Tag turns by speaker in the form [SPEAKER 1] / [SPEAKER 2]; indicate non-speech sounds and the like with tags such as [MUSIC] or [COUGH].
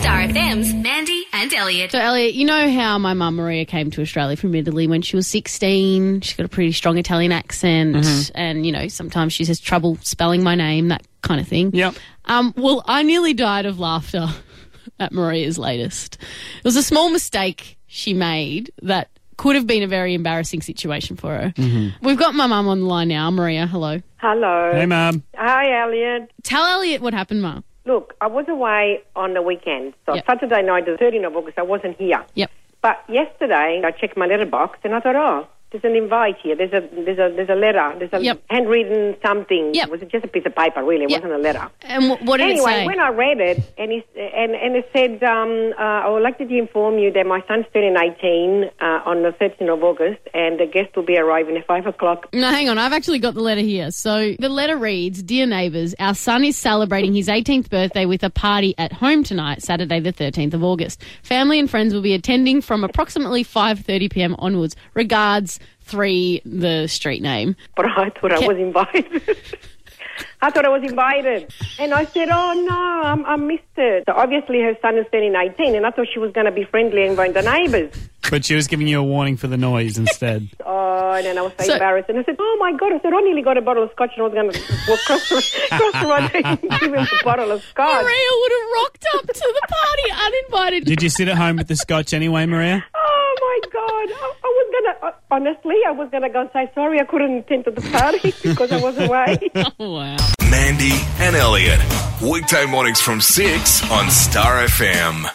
[SPEAKER 1] Star FM's Mandy and Elliot.
[SPEAKER 2] So, Elliot, you know how my mum Maria came to Australia from Italy when she was 16. She's got a pretty strong Italian accent, and you know sometimes she has trouble spelling my name, that kind of thing.
[SPEAKER 3] Yep.
[SPEAKER 2] Um, well, I nearly died of laughter [LAUGHS] at Maria's latest. It was a small mistake she made that could have been a very embarrassing situation for her. We've got my mum on the line now. Maria, hello.
[SPEAKER 4] Hello.
[SPEAKER 3] Hey, Mum.
[SPEAKER 4] Hi, Elliot.
[SPEAKER 2] Tell Elliot what happened, Mum.
[SPEAKER 4] Look, I was away on the weekend. So
[SPEAKER 2] Yep.
[SPEAKER 4] Saturday night, the 13th of August, I wasn't here.
[SPEAKER 2] Yep.
[SPEAKER 4] But yesterday, I checked my letterbox and I thought, oh, there's an invite here. There's a there's a there's a letter. There's a
[SPEAKER 2] Yep.
[SPEAKER 4] handwritten something.
[SPEAKER 2] Yep.
[SPEAKER 4] It was just a piece of paper, really. It
[SPEAKER 2] Yep.
[SPEAKER 4] wasn't a letter.
[SPEAKER 2] And w- what did it
[SPEAKER 4] anyway,
[SPEAKER 2] say?
[SPEAKER 4] when I read it, and, he, and, and it said, um, uh, I would like to inform you that my son's turning 18 uh, on the 13th of August, and the guest will be arriving at 5 o'clock
[SPEAKER 2] No, hang on. I've actually got the letter here. So the letter reads Dear neighbours, our son is celebrating his 18th birthday with a party at home tonight, Saturday, the 13th of August. Family and friends will be attending from approximately 5.30 pm onwards. Regards, three, the street name.
[SPEAKER 4] but I thought I was invited. [LAUGHS] I thought I was invited. And I said, oh, no, I'm, I missed it. So obviously her son is turning 18, and I thought she was going to be friendly and invite the neighbours.
[SPEAKER 3] But she was giving you a warning for the noise instead.
[SPEAKER 4] Oh, and then I was so,
[SPEAKER 2] So-
[SPEAKER 4] embarrassed. And I said, oh, my God, I said, I nearly got a bottle of scotch, and I was going to walk across the, [LAUGHS] across the road and [LAUGHS] give him a bottle of scotch.
[SPEAKER 2] Maria would have rocked up to the [LAUGHS] party uninvited.
[SPEAKER 3] Did you sit at home with the scotch anyway, Maria?
[SPEAKER 4] Oh, my God. I, I was going to, honestly, I was going to go and say, sorry, I couldn't attend to the party [LAUGHS] because I was away.
[SPEAKER 2] wow.
[SPEAKER 5] Mandy and Elliot. Weekday mornings from 6 on Star FM.